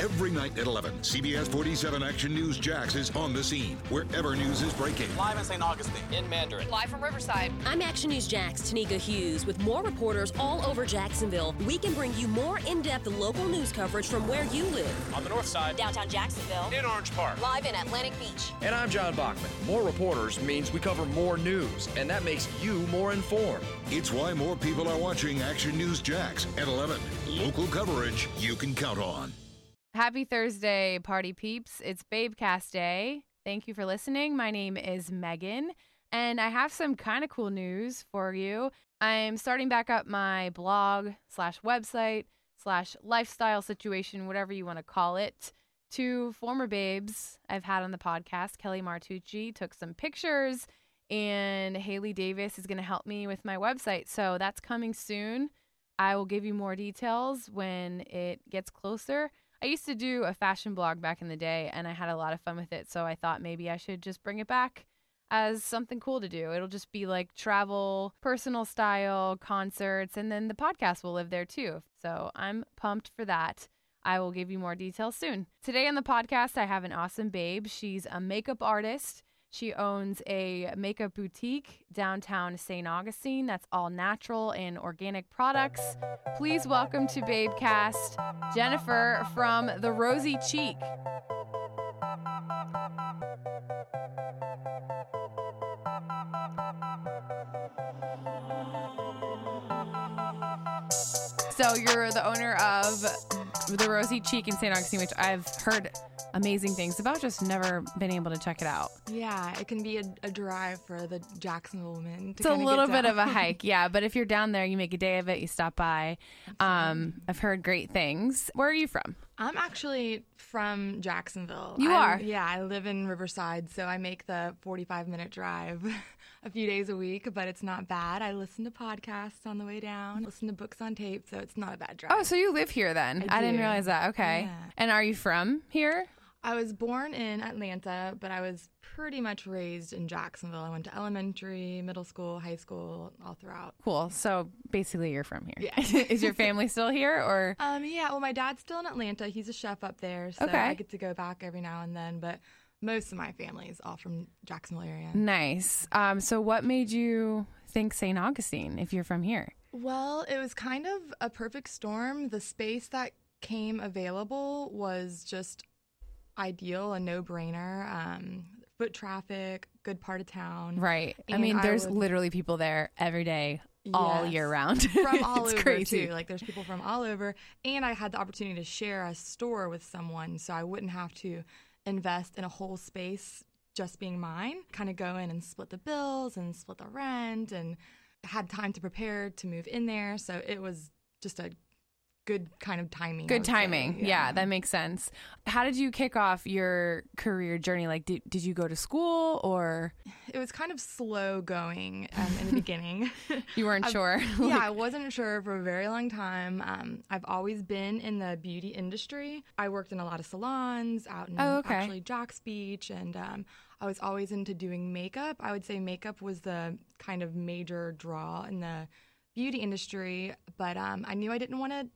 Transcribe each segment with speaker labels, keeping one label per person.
Speaker 1: Every night at 11, CBS 47 Action News Jax is on the scene wherever news is breaking.
Speaker 2: Live in St. Augustine.
Speaker 3: In Mandarin.
Speaker 4: Live from Riverside.
Speaker 5: I'm Action News Jax Tanika Hughes with more reporters all over Jacksonville. We can bring you more in-depth local news coverage from where you live.
Speaker 3: On the north side.
Speaker 6: Downtown Jacksonville.
Speaker 3: In Orange Park.
Speaker 6: Live in Atlantic Beach.
Speaker 7: And I'm John Bachman. More reporters means we cover more news, and that makes you more informed.
Speaker 1: It's why more people are watching Action News Jax at 11. Local coverage you can count on.
Speaker 8: Happy Thursday, party peeps. It's Babecast Day. Thank you for listening. My name is Megan, and I have some kind of cool news for you. I'm starting back up my blog slash website slash lifestyle situation, whatever you want to call it. Two former babes I've had on the podcast, Kelly Martucci, took some pictures, and Haley Davis is going to help me with my website. So that's coming soon. I will give you more details when it gets closer. I used to do a fashion blog back in the day and I had a lot of fun with it. So I thought maybe I should just bring it back as something cool to do. It'll just be like travel, personal style, concerts, and then the podcast will live there too. So I'm pumped for that. I will give you more details soon. Today on the podcast, I have an awesome babe. She's a makeup artist. She owns a makeup boutique downtown St. Augustine that's all natural and organic products. Please welcome to Babecast Jennifer from The Rosy Cheek. So you're the owner of the Rosy Cheek in St. Augustine, which I've heard amazing things about, just never been able to check it out.
Speaker 9: Yeah, it can be a, a drive for the Jacksonville woman. To
Speaker 8: It's a
Speaker 9: kinda get
Speaker 8: little bit
Speaker 9: down.
Speaker 8: of a hike, yeah. But if you're down there, you make a day of it. You stop by. Um, I've heard great things. Where are you from?
Speaker 9: I'm actually from Jacksonville.
Speaker 8: You are?
Speaker 9: I'm- Yeah, I live in Riverside, so I make the 45 minute drive a few days a week, but it's not bad. I listen to podcasts on the way down, listen to books on tape, so it's not a bad drive.
Speaker 8: Oh, so you live here then? I, didn't
Speaker 9: do.
Speaker 8: realize that. Okay.
Speaker 9: Yeah.
Speaker 8: And are you from here?
Speaker 9: I was born in Atlanta, but I was pretty much raised in Jacksonville. I went to elementary, middle school, high school, all throughout.
Speaker 8: Cool. So basically, you're from here.
Speaker 9: Yeah.
Speaker 8: Is your family still here, or
Speaker 9: Um, yeah, well, my dad's still in Atlanta. He's a chef up there, so
Speaker 8: Okay.
Speaker 9: I get to go back every now and then. But most of my family is all from Jacksonville area.
Speaker 8: nice? Um, so what made you think St. Augustine if you're from here?
Speaker 9: Well, it was kind of a perfect storm. The space that came available was just ideal, a no-brainer. Um, foot traffic, good part of town.
Speaker 8: Right. I
Speaker 9: And
Speaker 8: mean,
Speaker 9: I
Speaker 8: there's
Speaker 9: would-
Speaker 8: literally people there every day, all
Speaker 9: Yes.
Speaker 8: year round.
Speaker 9: From all
Speaker 8: it's
Speaker 9: over
Speaker 8: crazy.
Speaker 9: too. Like there's people from all over, and I had the opportunity to share a store with someone, so I wouldn't have to invest in a whole space just being mine. Kind of go in and split the bills and split the rent, and had time to prepare to move in there. So it was just a good kind of timing. I
Speaker 8: Good
Speaker 9: would say.
Speaker 8: timing. Yeah. that makes sense. How did you kick off your career journey? Like, did, did you go to school or
Speaker 9: it was kind of slow going um, in the beginning.
Speaker 8: you weren't
Speaker 9: I've-
Speaker 8: sure?
Speaker 9: yeah, I wasn't sure for a very long time. Um, I've always been in the beauty industry. I worked in a lot of salons out in
Speaker 8: Oh, okay.
Speaker 9: actually Jocks Beach, and um, I was always into doing makeup. I would say makeup was the kind of major draw in the beauty industry, but um, I knew I didn't want to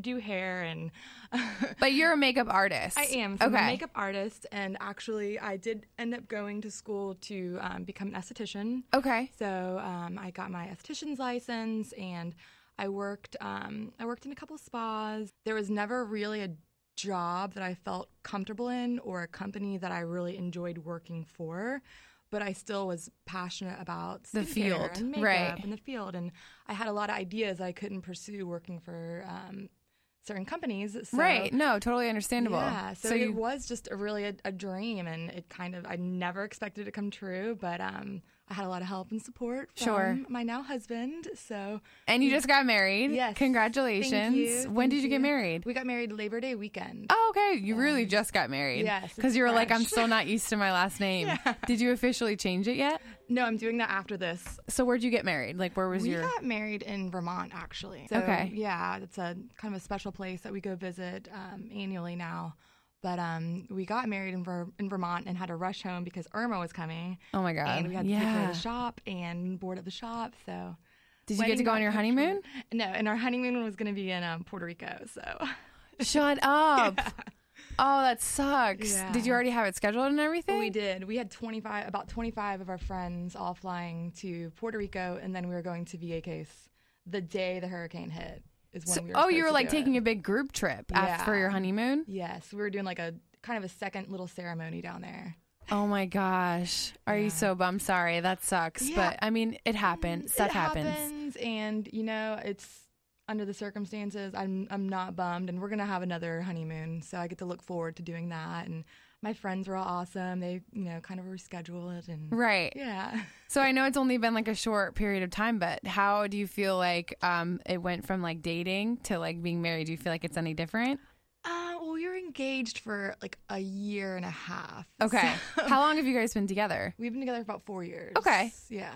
Speaker 9: do hair and.
Speaker 8: but you're a makeup artist.
Speaker 9: I am. So
Speaker 8: okay.
Speaker 9: I'm a makeup artist, and actually, I did end up going to school to um, become an esthetician.
Speaker 8: Okay.
Speaker 9: So um, I got my esthetician's license, and I worked. Um, I worked in a couple spas. There was never really a job that I felt comfortable in, or a company that I really enjoyed working for. But I still was passionate about
Speaker 8: The
Speaker 9: skincare
Speaker 8: field,
Speaker 9: and makeup
Speaker 8: right.
Speaker 9: in the field, and I had a lot of ideas I couldn't pursue working for um, certain companies. So
Speaker 8: right. No, totally understandable.
Speaker 9: yeah, so,
Speaker 8: you,
Speaker 9: it was just a, really a, a dream, and it kind of I never expected it to come true, but um, I had a lot of help and support from
Speaker 8: Sure.
Speaker 9: my now husband. So
Speaker 8: and you just got married.
Speaker 9: yes,
Speaker 8: Congratulations.
Speaker 9: Thank you,
Speaker 8: when
Speaker 9: thank
Speaker 8: did you get married?
Speaker 9: We got married Labor Day weekend.
Speaker 8: Oh, okay. You really just got married.
Speaker 9: Yes, it's
Speaker 8: Because you were like, I'm
Speaker 9: fresh.
Speaker 8: still not used to my last name. Did you officially change it yet?
Speaker 9: No, I'm doing that after this.
Speaker 8: So where'd you get married? Like, where was
Speaker 9: we
Speaker 8: your?
Speaker 9: got married in Vermont, actually. So,
Speaker 8: Okay.
Speaker 9: Yeah, it's a kind of a special place that we go visit um, annually now. But um, we got married in, Ver- in Vermont and had to rush home because Irma was coming.
Speaker 8: Oh my God.
Speaker 9: And we had to take her
Speaker 8: yeah.
Speaker 9: to the shop and board up the shop. So
Speaker 8: Did you get to
Speaker 9: wedding
Speaker 8: go on your
Speaker 9: got canceled.
Speaker 8: honeymoon?
Speaker 9: No, and our honeymoon was going to be in um, Puerto Rico. So
Speaker 8: Shut up. Oh, that sucks.
Speaker 9: Yeah.
Speaker 8: Did you already have it scheduled and everything?
Speaker 9: We did. We had 25, about 25 of our friends all flying to Puerto Rico, and then we were going to Vieques the day the hurricane hit. Is when
Speaker 8: So-
Speaker 9: we were
Speaker 8: oh, you
Speaker 9: supposed
Speaker 8: were
Speaker 9: to
Speaker 8: like
Speaker 9: do
Speaker 8: taking
Speaker 9: it.
Speaker 8: a big group trip after for
Speaker 9: Yeah.
Speaker 8: your honeymoon?
Speaker 9: Yes, we were doing like a kind of a second little ceremony down there.
Speaker 8: Oh my gosh. Are you so bummed? Sorry, that sucks.
Speaker 9: Yeah. Mm,
Speaker 8: But I mean, it happens. Stuff
Speaker 9: it
Speaker 8: happens.
Speaker 9: and you know it's under the circumstances. I'm I'm not bummed, and we're gonna have another honeymoon, so I get to look forward to doing that. And my friends were all awesome. They you know kind of rescheduled and
Speaker 8: Right.
Speaker 9: yeah.
Speaker 8: So I know it's only been like a short period of time, but how do you feel like um, it went from like dating to like being married? Do you feel like it's any different?
Speaker 9: Uh, well, we were engaged for like a year and a half.
Speaker 8: Okay.
Speaker 9: So-
Speaker 8: how long have you guys been together?
Speaker 9: We've been together for about four years.
Speaker 8: Okay.
Speaker 9: Yeah.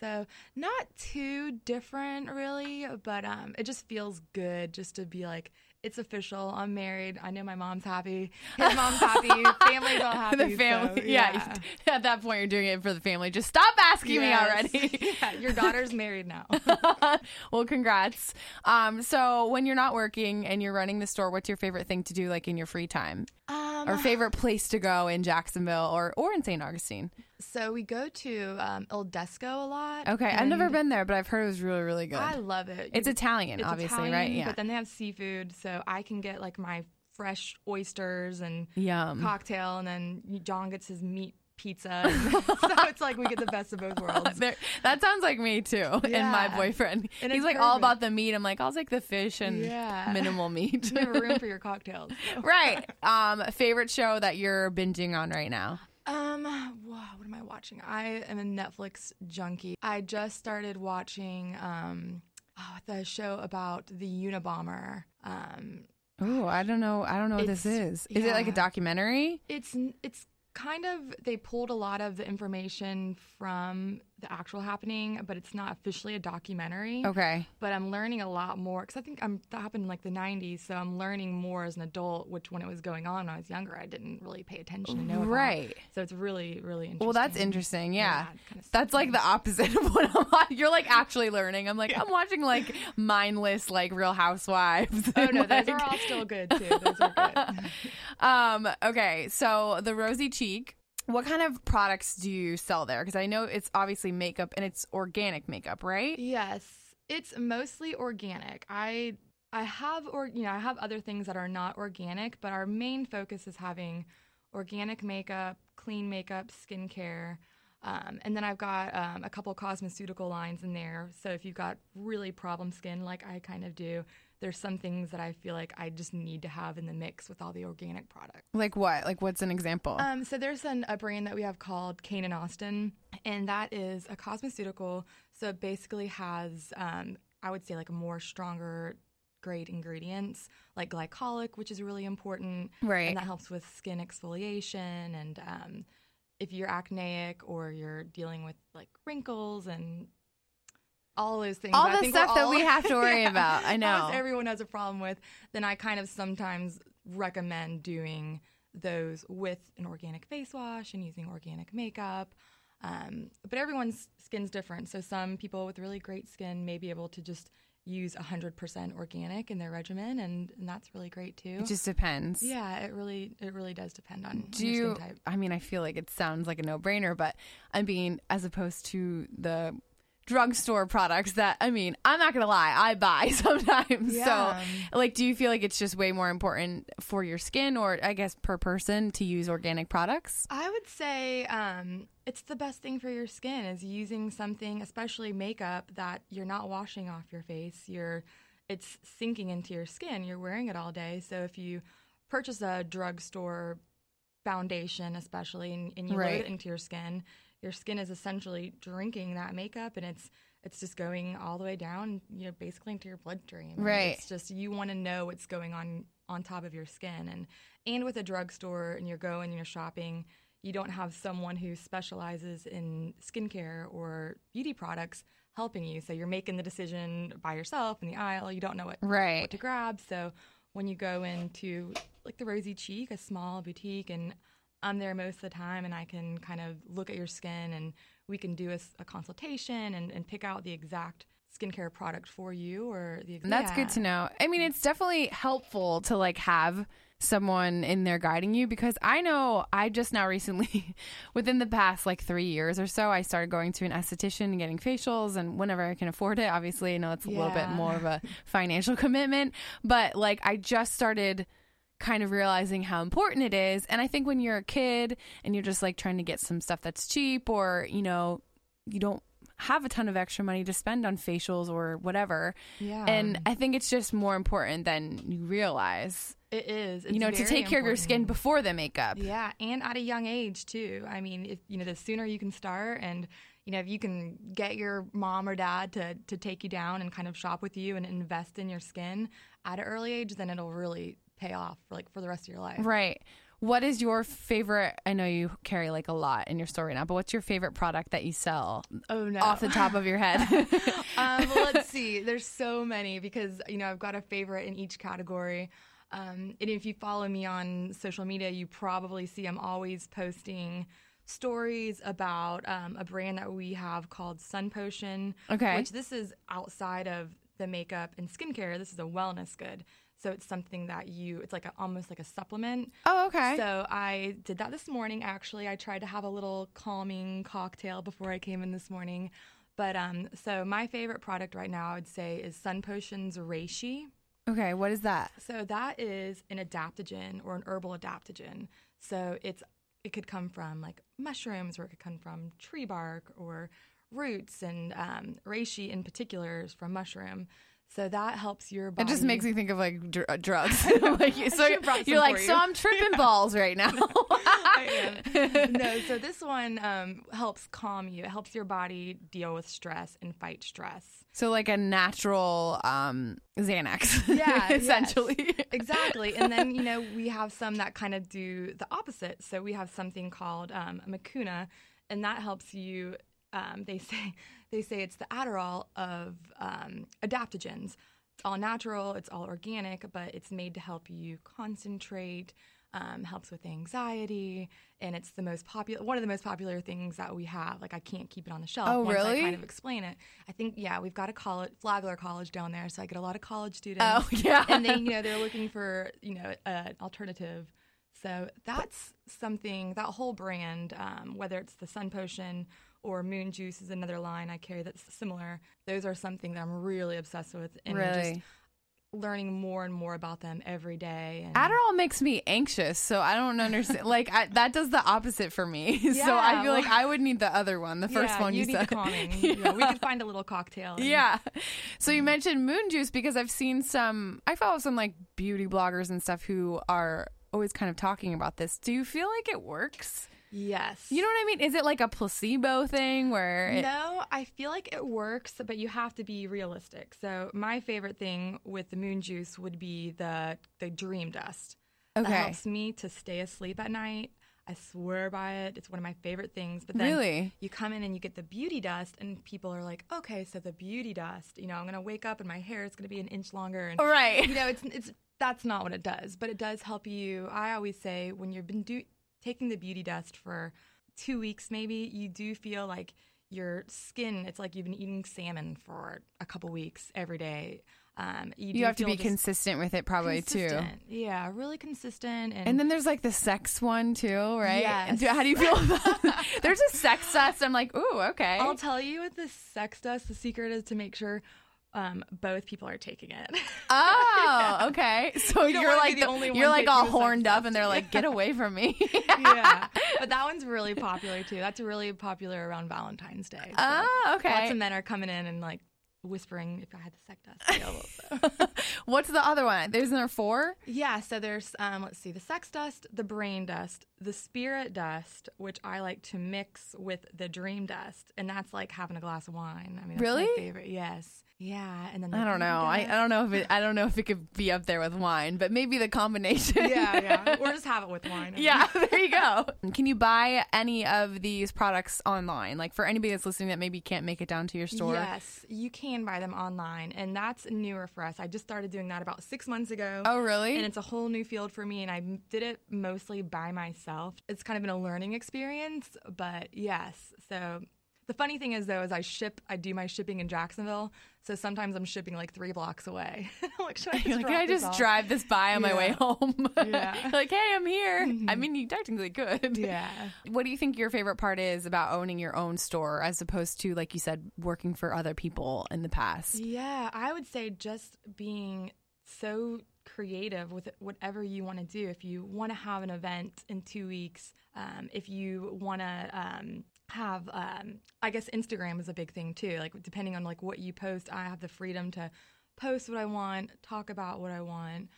Speaker 9: So not too different really, but um, it just feels good just to be like, it's official. I'm married. I know my mom's happy. His mom's happy. Family's all happy.
Speaker 8: the
Speaker 9: so,
Speaker 8: family. yeah. you- At that point, you're doing it for the family. Just stop asking
Speaker 9: Yes.
Speaker 8: me already.
Speaker 9: yeah. Your daughter's married now.
Speaker 8: well, congrats. Um, so when you're not working and you're running the store, what's your favorite thing to do like in your free time?
Speaker 9: Um,
Speaker 8: or favorite place to go in Jacksonville or, or in St. Augustine?
Speaker 9: so we go to um, El Desco a lot.
Speaker 8: Okay. I've never
Speaker 9: and
Speaker 8: been there, but I've heard it was really, really good.
Speaker 9: I love it.
Speaker 8: It's
Speaker 9: You-
Speaker 8: Italian, obviously, right?
Speaker 9: Italian,
Speaker 8: Yeah.
Speaker 9: But then they have seafood, so I can get like my fresh oysters and
Speaker 8: Yum.
Speaker 9: cocktail, and then John gets his meat pizza. so it's like we get the best of both worlds.
Speaker 8: There- that sounds like me too, and my
Speaker 9: Yeah.
Speaker 8: boyfriend.
Speaker 9: And
Speaker 8: He's
Speaker 9: it's
Speaker 8: like all
Speaker 9: perfect.
Speaker 8: about the meat. I'm like, I'll take the fish and
Speaker 9: Yeah.
Speaker 8: minimal meat.
Speaker 9: You have room for your cocktails.
Speaker 8: right. Um, favorite show that you're binging on right now?
Speaker 9: Um, wow, what am I watching? I am a Netflix junkie. I just started watching um oh, the show about the Unabomber. Um,
Speaker 8: Oh, I don't know. I don't know what this
Speaker 9: It's-
Speaker 8: is. Is it like a
Speaker 9: yeah.
Speaker 8: documentary?
Speaker 9: it's n- it's kind of they pulled a lot of the information from the actual happening, but it's not officially a documentary.
Speaker 8: Okay.
Speaker 9: but I'm learning a lot more because I think I'm, that happened in like the 90s, so I'm learning more as an adult. Which when it was going on when I was younger, I didn't really pay attention to know. about.
Speaker 8: Right.
Speaker 9: So it's really, really interesting.
Speaker 8: Well, that's interesting. Yeah.
Speaker 9: it kinda
Speaker 8: that's like the opposite of what I'm on. You're like actually learning. I'm like, I'm watching like mindless, like Real Housewives.
Speaker 9: Oh
Speaker 8: and,
Speaker 9: no, those are
Speaker 8: like-
Speaker 9: all still good too. Those are good.
Speaker 8: Um, okay, so the rosy cheek. What kind of products do you sell there? Because I know it's obviously makeup and it's organic makeup, right?
Speaker 9: yes, it's mostly organic. I I have or you know I have other things that are not organic, but our main focus is having organic makeup, clean makeup, skincare. Um, and then I've got um, a couple cosmeceutical lines in there. So if you've got really problem skin, like I kind of do, there's some things that I feel like I just need to have in the mix with all the organic products.
Speaker 8: Like what? Like what's an example?
Speaker 9: Um, so there's an, a brand that we have called Kane and Austin, and that is a cosmeceutical. So it basically has, um, I would say, like a more stronger grade ingredients, like glycolic, which is really important,
Speaker 8: Right.
Speaker 9: And that helps with skin exfoliation and um, if you're acneic or you're dealing with like wrinkles and all those things.
Speaker 8: All
Speaker 9: I
Speaker 8: the
Speaker 9: think we're
Speaker 8: stuff that we
Speaker 9: all-
Speaker 8: have to worry about. I
Speaker 9: almost
Speaker 8: know.
Speaker 9: everyone has a problem with. Then I kind of sometimes recommend doing those with an organic face wash and using organic makeup. Um, but everyone's skin's different. So some people with really great skin may be able to just use 100% organic in their regimen, and, and that's really great too.
Speaker 8: it just depends.
Speaker 9: yeah, it really it really does depend on,
Speaker 8: Do
Speaker 9: on your
Speaker 8: you,
Speaker 9: skin Mm, type.
Speaker 8: I mean, I feel like it sounds like a no brainer, but I mean, as opposed to the drugstore products that, I mean, I'm not going to lie, I buy sometimes.
Speaker 9: Yeah.
Speaker 8: So, like, do you feel like it's just way more important for your skin or I guess per person to use organic products?
Speaker 9: I would say um, it's the best thing for your skin is using something, especially makeup, that you're not washing off your face. You're, it's sinking into your skin. You're wearing it all day. So if you purchase a drugstore foundation, especially, and, and you
Speaker 8: Right.
Speaker 9: load it into your skin, your skin is essentially drinking that makeup, and it's it's just going all the way down, you know, basically into your bloodstream. And
Speaker 8: Right.
Speaker 9: It's just you want to know what's going on on top of your skin, and and with a drugstore, and you're going and you're shopping. You don't have someone who specializes in skincare or beauty products helping you, so you're making the decision by yourself in the aisle. You don't know what
Speaker 8: Right.
Speaker 9: what to grab. So when you go into like the Rosy Cheek, a small boutique, and I'm there most of the time, and I can kind of look at your skin, and we can do a, s- a consultation and, and pick out the exact skincare product for you or the
Speaker 8: And that's good to know. I mean, it's definitely helpful to like have someone in there guiding you because I know I just now recently, within the past like three years or so, I started going to an esthetician and getting facials and whenever I can afford it. Obviously, I know it's a little bit
Speaker 9: Yeah.
Speaker 8: more of a financial commitment, but like I just started kind of realizing how important it is. And I think when you're a kid and you're just like trying to get some stuff that's cheap or, you know, you don't have a ton of extra money to spend on facials or whatever.
Speaker 9: Yeah.
Speaker 8: And I think it's just more important than you realize,
Speaker 9: It is.
Speaker 8: you
Speaker 9: It's
Speaker 8: know, to
Speaker 9: very
Speaker 8: take care of your skin
Speaker 9: important.
Speaker 8: before the makeup.
Speaker 9: Yeah, and at a young age too. I mean, if you know, the sooner you can start, and you know, if you can get your mom or dad to to take you down and kind of shop with you and invest in your skin at an early age, then it'll really pay off for like for the rest of your life.
Speaker 8: Right. What is your favorite? I know you carry like a lot in your store right now, but what's your favorite product that you sell
Speaker 9: Oh no.
Speaker 8: off the top of your head?
Speaker 9: um, well, let's see. There's so many because you know I've got a favorite in each category. Um, and if you follow me on social media, you probably see I'm always posting stories about um, a brand that we have called Sun Potion.
Speaker 8: Okay.
Speaker 9: Which this is outside of the makeup and skincare. This is a wellness good. So it's something that you, it's like a, almost like a supplement.
Speaker 8: oh, okay.
Speaker 9: So I did that this morning. Actually, I tried to have a little calming cocktail before I came in this morning. But um, so my favorite product right now, I would say, is Sun Potions Reishi.
Speaker 8: okay. What is that?
Speaker 9: So that is an adaptogen or an herbal adaptogen. So it's it could come from like mushrooms, or it could come from tree bark or roots, and um, reishi in particular is from mushroom. So that helps your
Speaker 8: It
Speaker 9: body.
Speaker 8: just makes me think of like dr- uh, drugs. like, so
Speaker 9: should've brought
Speaker 8: you're
Speaker 9: some
Speaker 8: like,
Speaker 9: for
Speaker 8: so
Speaker 9: you."
Speaker 8: I'm tripping balls right now.
Speaker 9: I am. no, so this one um, helps calm you. It helps your body deal with stress and fight stress.
Speaker 8: so like a natural um, Xanax,
Speaker 9: yes.
Speaker 8: essentially.
Speaker 9: Exactly. And then, you know, we have some that kind of do the opposite. So we have something called um, Makuna, and that helps you. Um, they say they say it's the Adderall of um, adaptogens. It's all natural, it's all organic, but it's made to help you concentrate. Um, helps with anxiety, and it's the most popular one of the most popular things that we have. Like I can't keep it on the shelf.
Speaker 8: Oh,
Speaker 9: once I
Speaker 8: really?
Speaker 9: kind of explain it. I think yeah, we've got a college Flagler College down there, so I get a lot of college students.
Speaker 8: Oh, yeah.
Speaker 9: and they you know they're looking for you know an alternative. So that's something that whole brand, um, whether it's the Sun Potion or Moon Juice is another line I carry that's similar. Those are something that I'm really obsessed with and just
Speaker 8: Really?
Speaker 9: learning more and more about them every day. And
Speaker 8: Adderall makes me anxious, so I don't understand. like I, that does the opposite for me. so I
Speaker 9: Yeah,
Speaker 8: feel like
Speaker 9: well-
Speaker 8: I would need the other one, the first
Speaker 9: Yeah,
Speaker 8: one you,
Speaker 9: you need
Speaker 8: said.
Speaker 9: the calming. yeah, we could find a little cocktail. and-
Speaker 8: Yeah. So you mentioned moon juice because I've seen some. I follow some like beauty bloggers and stuff who are always kind of talking about this. Do you feel like it works?
Speaker 9: Yes.
Speaker 8: You know what I mean? Is it like a placebo thing where? It,
Speaker 9: No, I feel like it works, but you have to be realistic. So my favorite thing with the moon juice would be the the dream dust.
Speaker 8: Okay.
Speaker 9: That helps me to stay asleep at night. I swear by it. It's one of my favorite things. But then
Speaker 8: Really?
Speaker 9: you come in and you get the beauty dust and people are like, "Okay, so the beauty dust, you know, I'm going to wake up and my hair is going to be an inch longer and
Speaker 8: Right.
Speaker 9: you know, it's it's that's not what it does, but it does help you. I always say when you've been do, taking the beauty dust for two weeks, maybe you do feel like your skin. It's like you've been eating salmon for a couple weeks every day. Um, you,
Speaker 8: You
Speaker 9: do
Speaker 8: have to
Speaker 9: feel
Speaker 8: be
Speaker 9: just
Speaker 8: consistent with it, probably too.
Speaker 9: consistent. Yeah, really consistent. And,
Speaker 8: And then there's like the sex one too, right?
Speaker 9: Yes.
Speaker 8: Do- how do you feel about There's a sex dust. I'm like, ooh, okay.
Speaker 9: I'll tell you with the sex dust, the secret is to make sure um, both people are taking it.
Speaker 8: Oh, okay. So
Speaker 9: You don't
Speaker 8: you are
Speaker 9: wanna be
Speaker 8: like
Speaker 9: the
Speaker 8: the-
Speaker 9: only one
Speaker 8: you're like
Speaker 9: taking
Speaker 8: all
Speaker 9: the sex
Speaker 8: horned up, and
Speaker 9: test.
Speaker 8: they're like, "Get away from me!"
Speaker 9: yeah, but that one's really popular too. That's really popular around Valentine's Day. so
Speaker 8: Oh, okay.
Speaker 9: Lots of men are coming in and like whispering if I had the sex dust available. So.
Speaker 8: What's the other one? There's there four.
Speaker 9: yeah, so there's um, let's see, the sex dust, the brain dust, the spirit dust, which I like to mix with the dream dust, and that's like having a glass of wine. I mean, that's
Speaker 8: Really?
Speaker 9: my favorite. Yes. Yeah, and then the
Speaker 8: I don't
Speaker 9: dream
Speaker 8: know. I, I
Speaker 9: dust.
Speaker 8: don't know if it, I don't know if it could be up there with wine, but maybe the combination.
Speaker 9: yeah, yeah, or just have it with wine. I mean.
Speaker 8: Yeah, there you go. Can you buy any of these products online? Like for anybody that's listening that maybe can't make it down to your store.
Speaker 9: Yes, you can buy them online, and that's newer for us. I just started doing that about six months ago.
Speaker 8: Oh, really?
Speaker 9: And it's a whole new field for me, and I m- did it mostly by myself. It's kind of been a learning experience, but yes. So The funny thing is though, is I ship, I do my shipping in Jacksonville, so sometimes I'm shipping like three blocks away. I'm like, should I just,
Speaker 8: You're like,
Speaker 9: drop
Speaker 8: can I
Speaker 9: this
Speaker 8: just
Speaker 9: off?"
Speaker 8: drive this by on my way
Speaker 9: Yeah.
Speaker 8: home?
Speaker 9: Yeah. Mm-hmm.
Speaker 8: like, hey, I'm here. I mean, you technically could.
Speaker 9: Yeah.
Speaker 8: What do you think your favorite part is about owning your own store as opposed to, like you said, working for other people in the past?
Speaker 9: Yeah, I would say just being so creative with whatever you want to do. If you want to have an event in two weeks, um, if you want to um, have, um, I guess Instagram is a big thing too. Like depending on like what you post, I have the freedom to post what I want, talk about what I want.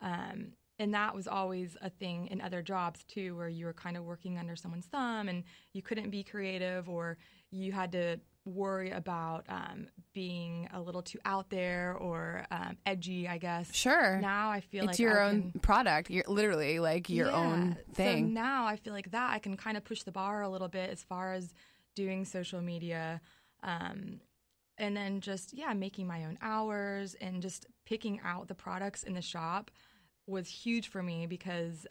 Speaker 9: Um, and that was always a thing in other jobs too, where you were kind of working under someone's thumb and you couldn't be creative or you had to worry about um, being a little too out there or um, edgy, I guess.
Speaker 8: Sure.
Speaker 9: Now I feel
Speaker 8: it's
Speaker 9: like
Speaker 8: your
Speaker 9: I
Speaker 8: own
Speaker 9: can-
Speaker 8: product. You're literally like your own
Speaker 9: Yeah. So
Speaker 8: thing.
Speaker 9: now I feel like that I can kind of push the bar a little bit as far as doing social media. Um, and then just yeah making my own hours and just picking out the products in the shop was huge for me because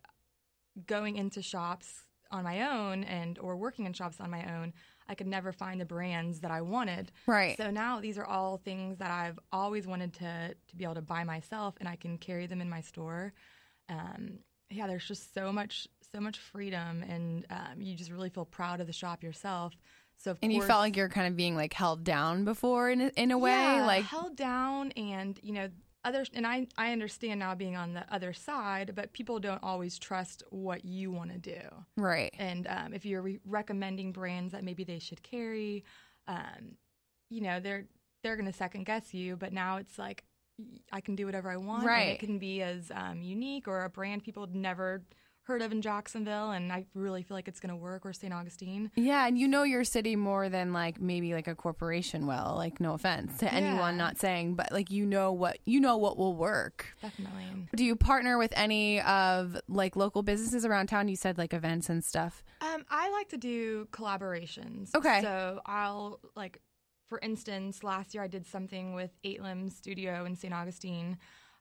Speaker 9: going into shops on my own and or working in shops on my own i could never find the brands that i wanted
Speaker 8: Right.
Speaker 9: so now these are all things that i've always wanted to to be able to buy myself and i can carry them in my store um, yeah there's just so much so much freedom and um, you just really feel proud of the shop yourself so of
Speaker 8: and you
Speaker 9: course-
Speaker 8: felt like you're kind of being like held down before in a, in a way.
Speaker 9: yeah,
Speaker 8: like,
Speaker 9: held down and you know other and I I understand now being on the other side, but people don't always trust what you want to do.
Speaker 8: right.
Speaker 9: And um, if you're re- recommending brands that maybe they should carry, um, you know they're they're gonna second guess you. But now it's like y- I can do whatever I want. and
Speaker 8: Right.
Speaker 9: it can be as um, unique or a brand people had never heard of in Jacksonville, and I really feel like it's gonna work or St. Augustine.
Speaker 8: Yeah, and you know your city more than like maybe like a corporation will. Like no offense to anyone
Speaker 9: Yeah.
Speaker 8: not saying, but like you know what you know what will work.
Speaker 9: Definitely.
Speaker 8: Do you partner with any of like local businesses around town? You said like events and stuff.
Speaker 9: Um, I like to do collaborations.
Speaker 8: Okay.
Speaker 9: So I'll like, for instance, last year I did something with Eight Limb Studio in St. Augustine.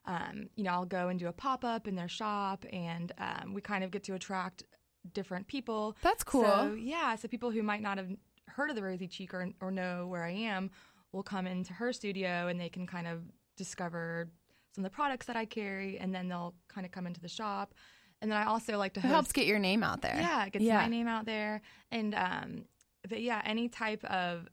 Speaker 9: Um, you know, I'll go and do a pop up in their shop, and um, we kind of get to attract different people.
Speaker 8: That's cool.
Speaker 9: So, yeah, so people who might not have heard of the Rosy Cheek or, or know where I am will come into her studio, and they can kind of discover some of the products that I carry, and then they'll kind of come into the shop. And then I also like to
Speaker 8: It
Speaker 9: host
Speaker 8: helps get your name out there.
Speaker 9: yeah, it gets
Speaker 8: Yeah.
Speaker 9: my name out there. And um, but yeah, any type of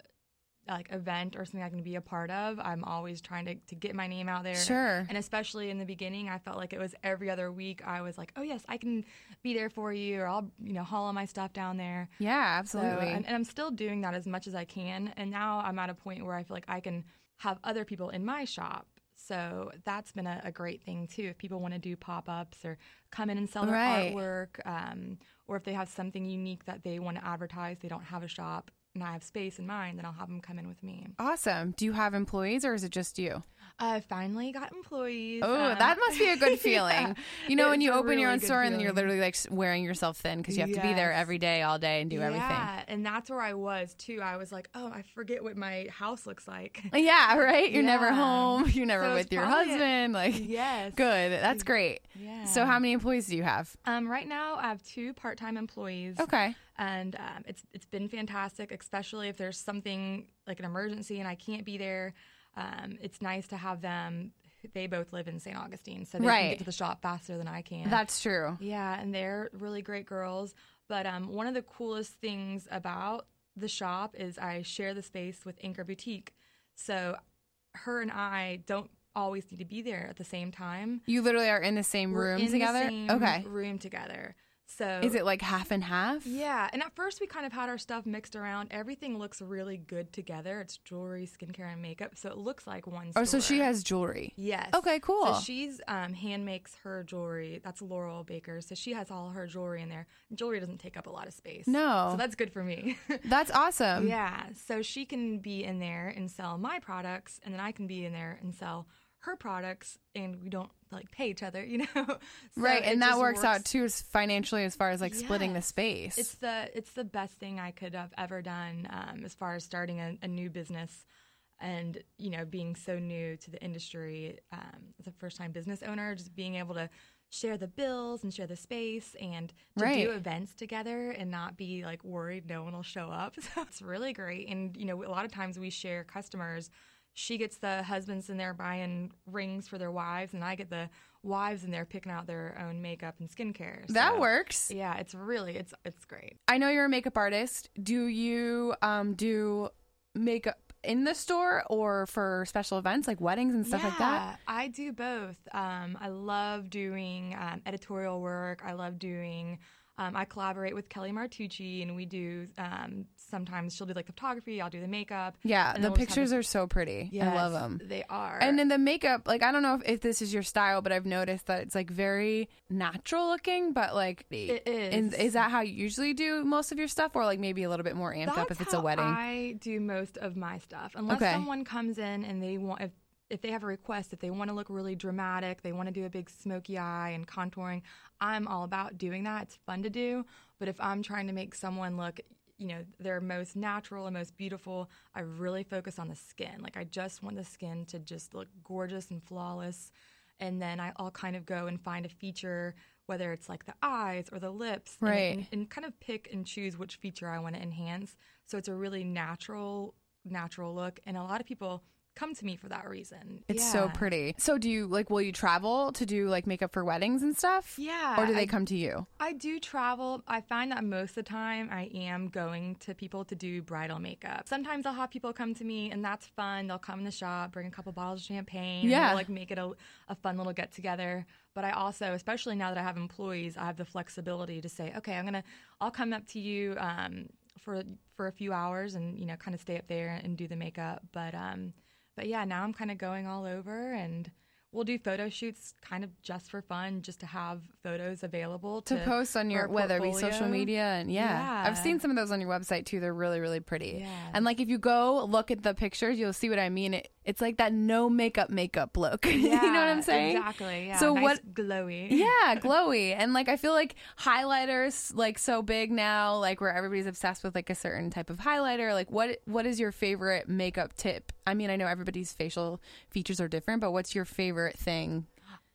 Speaker 9: like event or something I can be a part of, I'm always trying to, to get my name out there.
Speaker 8: Sure.
Speaker 9: And especially in the beginning, I felt like it was every other week. I was like, oh yes, I can be there for you, or I'll you know haul all my stuff down there.
Speaker 8: Yeah,
Speaker 9: So,
Speaker 8: absolutely.
Speaker 9: and, and I'm still doing that as much as I can. And now I'm at a point where I feel like I can have other people in my shop. So that's been a, a great thing too. If people want to do pop ups or come in and sell their
Speaker 8: Right.
Speaker 9: artwork, um, or if they have something unique that they want to advertise, they don't have a shop and I have space in mind, then I'll have them come in with me.
Speaker 8: awesome. Do you have employees or is it just you?
Speaker 9: I finally got employees.
Speaker 8: Oh,
Speaker 9: Um,
Speaker 8: that must be a good feeling.
Speaker 9: yeah.
Speaker 8: You know, when
Speaker 9: It's
Speaker 8: you
Speaker 9: a
Speaker 8: open your
Speaker 9: really
Speaker 8: own
Speaker 9: good
Speaker 8: store and you're
Speaker 9: feeling.
Speaker 8: literally like s- wearing yourself thin because you have to be there
Speaker 9: Yes.
Speaker 8: every day, all day, and do
Speaker 9: Yeah, and that's where I was too. I was like, oh, I forget what my house looks like.
Speaker 8: everything. Yeah, right. You're never
Speaker 9: Yeah.
Speaker 8: home. You're never
Speaker 9: So it's
Speaker 8: with your
Speaker 9: probably a-
Speaker 8: husband. like,
Speaker 9: yes.
Speaker 8: Good. That's great.
Speaker 9: Yeah.
Speaker 8: So, how many employees do you have?
Speaker 9: Um, right now, I have two part-time employees.
Speaker 8: Okay.
Speaker 9: And um, it's it's been fantastic, especially if there's something like an emergency and I can't be there. Um, it's nice to have them. They both live in St. Augustine, so they can
Speaker 8: Right.
Speaker 9: get to the shop faster than I can.
Speaker 8: That's true.
Speaker 9: Yeah, and they're really great girls. But um, one of the coolest things about the shop is I share the space with Anchor Boutique. So her and I don't always need to be there at the same time.
Speaker 8: You literally are in the same
Speaker 9: We're
Speaker 8: room
Speaker 9: in the
Speaker 8: together?
Speaker 9: same
Speaker 8: okay.
Speaker 9: Room together. So
Speaker 8: Is it like half and half?
Speaker 9: Yeah, and at first we kind of had our stuff mixed around. Everything looks really good together. It's jewelry, skincare, and makeup, so it looks like one.
Speaker 8: Oh, so she
Speaker 9: store.
Speaker 8: has jewelry.
Speaker 9: Yes.
Speaker 8: Okay, cool.
Speaker 9: So she's um, hand makes her jewelry. That's Laurel Baker. So she has all her jewelry in there. Jewelry doesn't take up a lot of space.
Speaker 8: No.
Speaker 9: So that's good for me.
Speaker 8: That's awesome.
Speaker 9: yeah. So she can be in there and sell my products, and then I can be in there and sell her products, and we don't like pay each other, you know? So
Speaker 8: Right.
Speaker 9: it
Speaker 8: And that
Speaker 9: just
Speaker 8: works, out too as financially as far as like splitting the
Speaker 9: Yes.
Speaker 8: space.
Speaker 9: It's the it's the best thing I could have ever done um, as far as starting a, a new business, and you know being so new to the industry um, as a first time business owner, just being able to share the bills and share the space and to
Speaker 8: Right.
Speaker 9: do events together and not be like worried no one will show up. So it's really great. And you know, a lot of times we share customers. She gets the husbands in there buying rings for their wives, and I get the wives in there picking out their own makeup and skincare.
Speaker 8: That
Speaker 9: So,
Speaker 8: works.
Speaker 9: Yeah, it's really it's it's great.
Speaker 8: I know you're a makeup artist. Do you um do makeup in the store or for special events like weddings and stuff like that?
Speaker 9: Yeah, I do both. Um, I love doing um, editorial work. I love doing. Um, I collaborate with Kelly Martucci, and we do. Um, sometimes she'll do like the photography. I'll do the makeup.
Speaker 8: Yeah,
Speaker 9: and
Speaker 8: the
Speaker 9: we'll just have
Speaker 8: pictures
Speaker 9: this-
Speaker 8: are so pretty. I love
Speaker 9: Yes,
Speaker 8: them.
Speaker 9: They are.
Speaker 8: And in the makeup, like I don't know if, if this is your style, but I've noticed that it's like very natural looking, but like
Speaker 9: It is.
Speaker 8: And is that how you usually do most of your stuff, or like maybe a little bit more amped
Speaker 9: That's
Speaker 8: up if it's a
Speaker 9: how
Speaker 8: wedding?
Speaker 9: I do most of my stuff, unless
Speaker 8: Okay.
Speaker 9: someone comes in and they want if, if they have a request, if they want to look really dramatic, they want to do a big smoky eye and contouring. I'm all about doing that. It's fun to do, but if I'm trying to make someone look you know their most natural and most beautiful i really focus on the skin like i just want the skin to just look gorgeous and flawless and then I- i'll kind of go and find a feature whether it's like the eyes or the lips and-
Speaker 8: Right.
Speaker 9: and, and kind of pick and choose which feature I want to enhance. So it's a really natural, natural look. And a lot of people come to me for that reason.
Speaker 8: It's so
Speaker 9: Yeah.
Speaker 8: pretty. So do you like will you travel to do like makeup for weddings and stuff?
Speaker 9: Yeah,
Speaker 8: Or do they
Speaker 9: I-
Speaker 8: come to you?
Speaker 9: I do travel. I find that most of the time I am going to people to do bridal makeup. Sometimes I'll have people come to me, and that's fun. They'll come in the shop, bring a couple bottles of champagne, and
Speaker 8: Yeah.
Speaker 9: we'll, like make it a, a fun little get together. But I also, especially now that I have employees, I have the flexibility to say, okay, I'm gonna, I'll come up to you um, for for a few hours, and you know, kind of stay up there and do the makeup. But um, but yeah, now I'm kind of going all over and. We'll do photo shoots kind of just for fun, just to have photos available
Speaker 8: To post on
Speaker 9: for
Speaker 8: your
Speaker 9: our
Speaker 8: whether it be social
Speaker 9: portfolio.
Speaker 8: media and yeah. I've
Speaker 9: Yeah.
Speaker 8: seen some of those on your website too. They're really, really pretty.
Speaker 9: Yes.
Speaker 8: And like if you go look at the pictures, you'll see what I mean. It, it's like that no makeup makeup look. you know what I'm
Speaker 9: Yeah,
Speaker 8: saying?
Speaker 9: Exactly. Yeah.
Speaker 8: So
Speaker 9: nice
Speaker 8: what
Speaker 9: Glowy.
Speaker 8: yeah, glowy. And like I feel like highlighters like so big now, like where everybody's obsessed with like a certain type of highlighter. Like what what is your favorite makeup tip? I mean, I know everybody's facial features are different, but what's your favorite thing?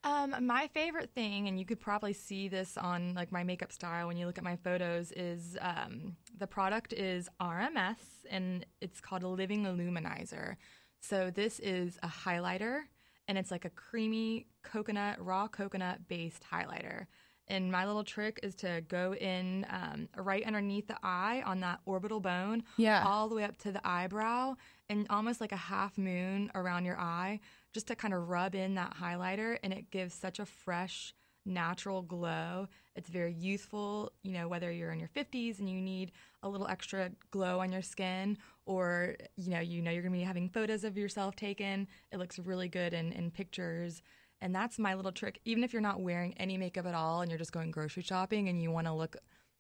Speaker 9: Um, my favorite thing, and you could probably see this on like my makeup style when you look at my photos, is um, the product is RMS, and it's called a Living Illuminizer. So this is a highlighter, and it's like a creamy coconut, raw coconut based highlighter. And my little trick is to go in um, right underneath the eye on that orbital bone,
Speaker 8: Yeah.
Speaker 9: all the way up to the eyebrow, and almost like a half moon around your eye, just to kind of rub in that highlighter. And it gives such a fresh, natural glow. It's very youthful, you know, whether you're in your 50s and you need a little extra glow on your skin, or, you know, you know you're gonna be having photos of yourself taken. It looks really good in, in pictures. And that's my little trick. Even if you're not wearing any makeup at all and you're just going grocery shopping and you want to look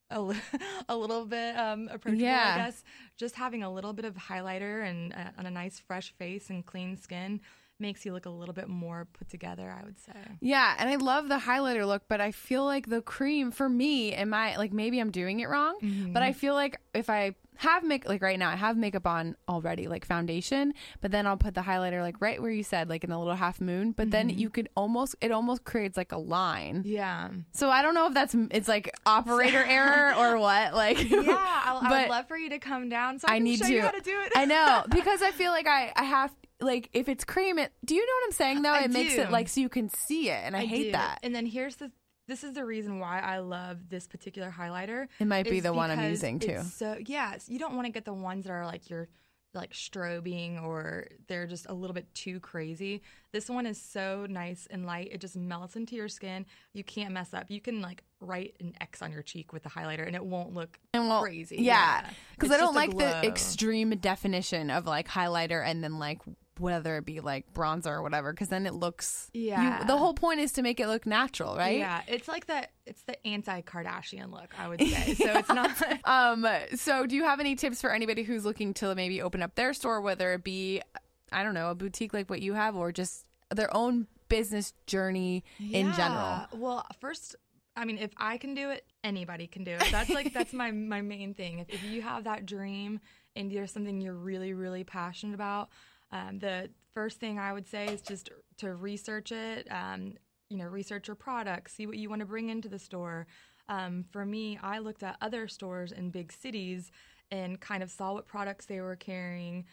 Speaker 9: a, li- a little bit um, approachable,
Speaker 8: Yeah.
Speaker 9: I guess, just having a little bit of highlighter and uh, on a nice fresh face and clean skin makes you look a little bit more put together, I would say.
Speaker 8: Yeah, and I love the highlighter look, but I feel like the cream for me and my like maybe I'm doing it wrong, but
Speaker 9: Mm-hmm.
Speaker 8: I feel like if I have make like right now I have makeup on already like foundation, but then I'll put the highlighter like right where you said like in the little half moon, but then you could almost it almost creates like a line.
Speaker 9: Mm-hmm. Yeah.
Speaker 8: So I don't know if that's it's like operator error or what like
Speaker 9: Yeah, I, I
Speaker 8: but-
Speaker 9: would love for you to come down so
Speaker 8: I
Speaker 9: I, can
Speaker 8: need
Speaker 9: show
Speaker 8: to.
Speaker 9: you how to do it.
Speaker 8: I know because I feel like I I have like if it's cream, it. Do you know what I'm saying? Though
Speaker 9: I
Speaker 8: it makes
Speaker 9: do.
Speaker 8: it like so you can see it, and I, hate
Speaker 9: do.
Speaker 8: that.
Speaker 9: And then here's the this is the reason why I love this particular highlighter.
Speaker 8: It might be
Speaker 9: is
Speaker 8: the one I'm
Speaker 9: because
Speaker 8: using, too.
Speaker 9: it's So yes, you don't want to get the ones that are like your like strobing or they're just a little bit too crazy. This one is so nice and light. It just melts into your skin. You can't mess up. You can like write an X on your cheek with the highlighter and it won't look
Speaker 8: And won't-
Speaker 9: crazy.
Speaker 8: Yeah, because
Speaker 9: It's
Speaker 8: I don't
Speaker 9: just a
Speaker 8: like the
Speaker 9: glow.
Speaker 8: extreme definition of like highlighter and then like whether it be like bronzer or whatever. Because then it looks. you-
Speaker 9: Yeah.
Speaker 8: the whole point is to make it look natural, right?
Speaker 9: Yeah, it's like the it's the anti-Kardashian look, I would say. So it's not
Speaker 8: Um. So, do you have any tips for anybody who's looking to maybe open up their store, whether it be, I don't know, a boutique like what you have, or just their own business journey in general?
Speaker 9: Yeah. Well, first, I mean, if I can do it, anybody can do it. That's like that's my my main thing. If, if you have that dream and there's something you're really really passionate about, um, the first thing I would say is just to research it. Um, you know, research your product, see what you want to bring into the store. Um, for me, I looked at other stores in big cities and kind of saw what products they were carrying,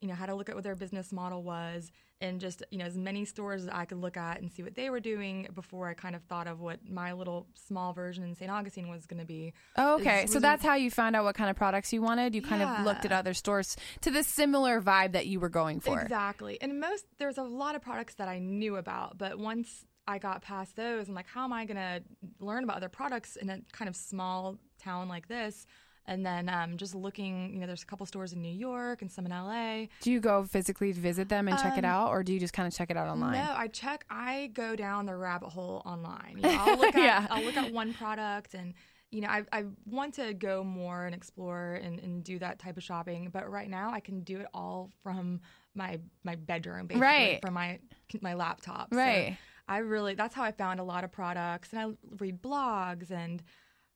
Speaker 9: you know, had a look at what their business model was, and just, you know, as many stores as I could look at and see what they were doing before I kind of thought of what my little small version in St. Augustine was going to be.
Speaker 8: Oh, okay.
Speaker 9: Is-
Speaker 8: So
Speaker 9: was-
Speaker 8: that's how you found out what kind of products you wanted. You kind of looked at
Speaker 9: Yeah.
Speaker 8: other stores to the similar vibe that you were going for.
Speaker 9: Exactly. And most there's a lot of products that I knew about, but once I got past those, I'm like, how am I gonna learn about other products in a kind of small town like this? And then um, just looking, you know, there's a couple stores in New York and some in LA.
Speaker 8: Do you go physically visit them and check it out, or do you just kind of check it out online?
Speaker 9: No, I check. I go down the rabbit hole online. You know, I'll look at
Speaker 8: Yeah.
Speaker 9: I'll look at one product, and you know, I, I want to go more and explore and, and do that type of shopping. But right now, I can do it all from my my bedroom, basically,
Speaker 8: Right.
Speaker 9: from my my laptop. So
Speaker 8: Right.
Speaker 9: I really that's how I found a lot of products, and I read blogs and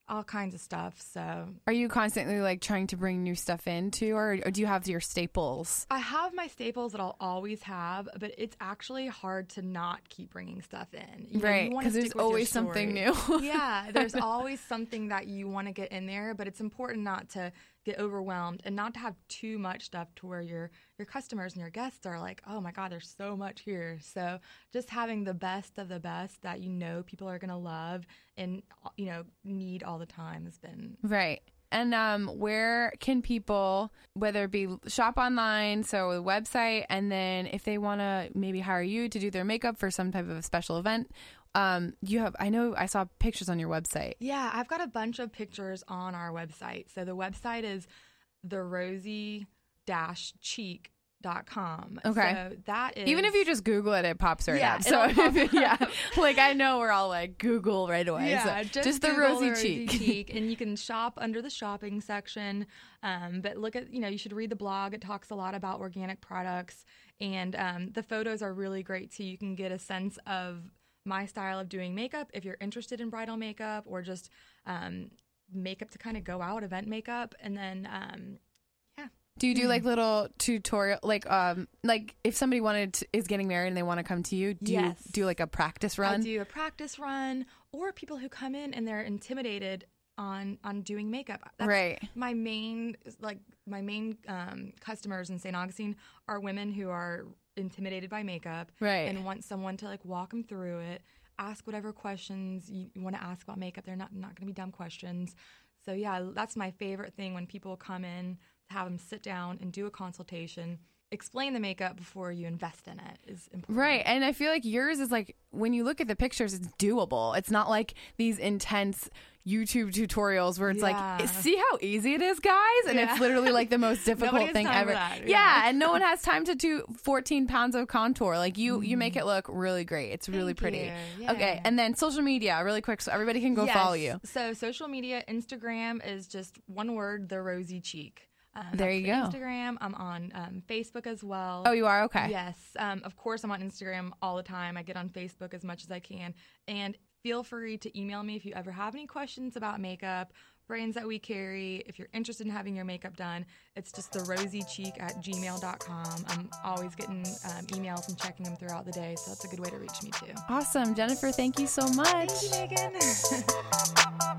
Speaker 9: all kinds of stuff. So
Speaker 8: Are you constantly like trying to bring new stuff in too, or, or do you have your staples?
Speaker 9: I have my staples that I'll always have, but it's actually hard to not keep bringing stuff in. You know, you
Speaker 8: Right,
Speaker 9: wanna
Speaker 8: 'cause there's
Speaker 9: stick with your
Speaker 8: always something
Speaker 9: story.
Speaker 8: new.
Speaker 9: yeah, there's always something that you want to get in there, but it's important not to get overwhelmed and not to have too much stuff to where your your customers and your guests are like, "Oh my god, there's so much here." So, just having the best of the best that you know people are going to love and you know need all the time has been
Speaker 8: Right. And um, where can people, whether it be shop online, so a website, and then if they want to maybe hire you to do their makeup for some type of a special event, um, you have, I know I saw pictures on your website.
Speaker 9: Yeah, I've got a bunch of pictures on our website. So the website is the rosy cheek.com.
Speaker 8: Okay.
Speaker 9: So that is
Speaker 8: Even if you just Google it, it pops right
Speaker 9: Yeah,
Speaker 8: up. So
Speaker 9: it'll pop
Speaker 8: yeah, like I know we're all like Google right away.
Speaker 9: yeah,
Speaker 8: so, just, the
Speaker 9: Google
Speaker 8: rosy cheek.
Speaker 9: and you can shop under the shopping section. Um, but look at you know you should read the blog. It talks a lot about organic products, and um, the photos are really great too. You can get a sense of my style of doing makeup if you're interested in bridal makeup or just um, makeup to kind of go out event makeup, and then um,
Speaker 8: Do you do
Speaker 9: Mm.
Speaker 8: like little tutorial, like um, like if somebody wanted to, is getting married and they want to come to you, do
Speaker 9: Yes.
Speaker 8: you do like a practice run?
Speaker 9: I do a practice run, or people who come in and they're intimidated on on doing makeup.
Speaker 8: Right.
Speaker 9: My main like my main um, customers in St. Augustine are women who are intimidated by makeup,
Speaker 8: Right.
Speaker 9: and want someone to like walk them through it, ask whatever questions you, you want to ask about makeup. They're not not going to be dumb questions. So yeah, that's my favorite thing when people come in to have them sit down and do a consultation. Explain the makeup before you invest in it is important.
Speaker 8: Right. And I feel like yours is like when you look at the pictures, it's doable. It's not like these intense YouTube tutorials where it's
Speaker 9: Yeah.
Speaker 8: like, see how easy it is, guys? And it's
Speaker 9: Yeah.
Speaker 8: literally like the most difficult
Speaker 9: Nobody has
Speaker 8: thing
Speaker 9: time
Speaker 8: ever.
Speaker 9: for that,
Speaker 8: yeah.
Speaker 9: yeah.
Speaker 8: And no one has time to do 14 pounds of contour. Like you, you make it look really great. It's really
Speaker 9: Mm. Thank
Speaker 8: pretty.
Speaker 9: you.
Speaker 8: Okay.
Speaker 9: Yeah.
Speaker 8: And then social media, really quick, so everybody can go follow you.
Speaker 9: Yes. So social media, Instagram is just one word: the rosy cheek. Um,
Speaker 8: There
Speaker 9: that's
Speaker 8: you
Speaker 9: the
Speaker 8: go.
Speaker 9: Instagram. I'm on um, Facebook as well.
Speaker 8: Oh, you are? Okay.
Speaker 9: Yes. Um, of course, I'm on Instagram all the time. I get on Facebook as much as I can, and feel free to email me if you ever have any questions about makeup. Brands that we carry, if you're interested in having your makeup done, it's just the rosy cheek at gmail.com. I'm always getting um, emails and checking them throughout the day, so that's a good way to reach me too.
Speaker 8: Awesome. Jennifer, thank you so much.
Speaker 9: Thank you, Megan.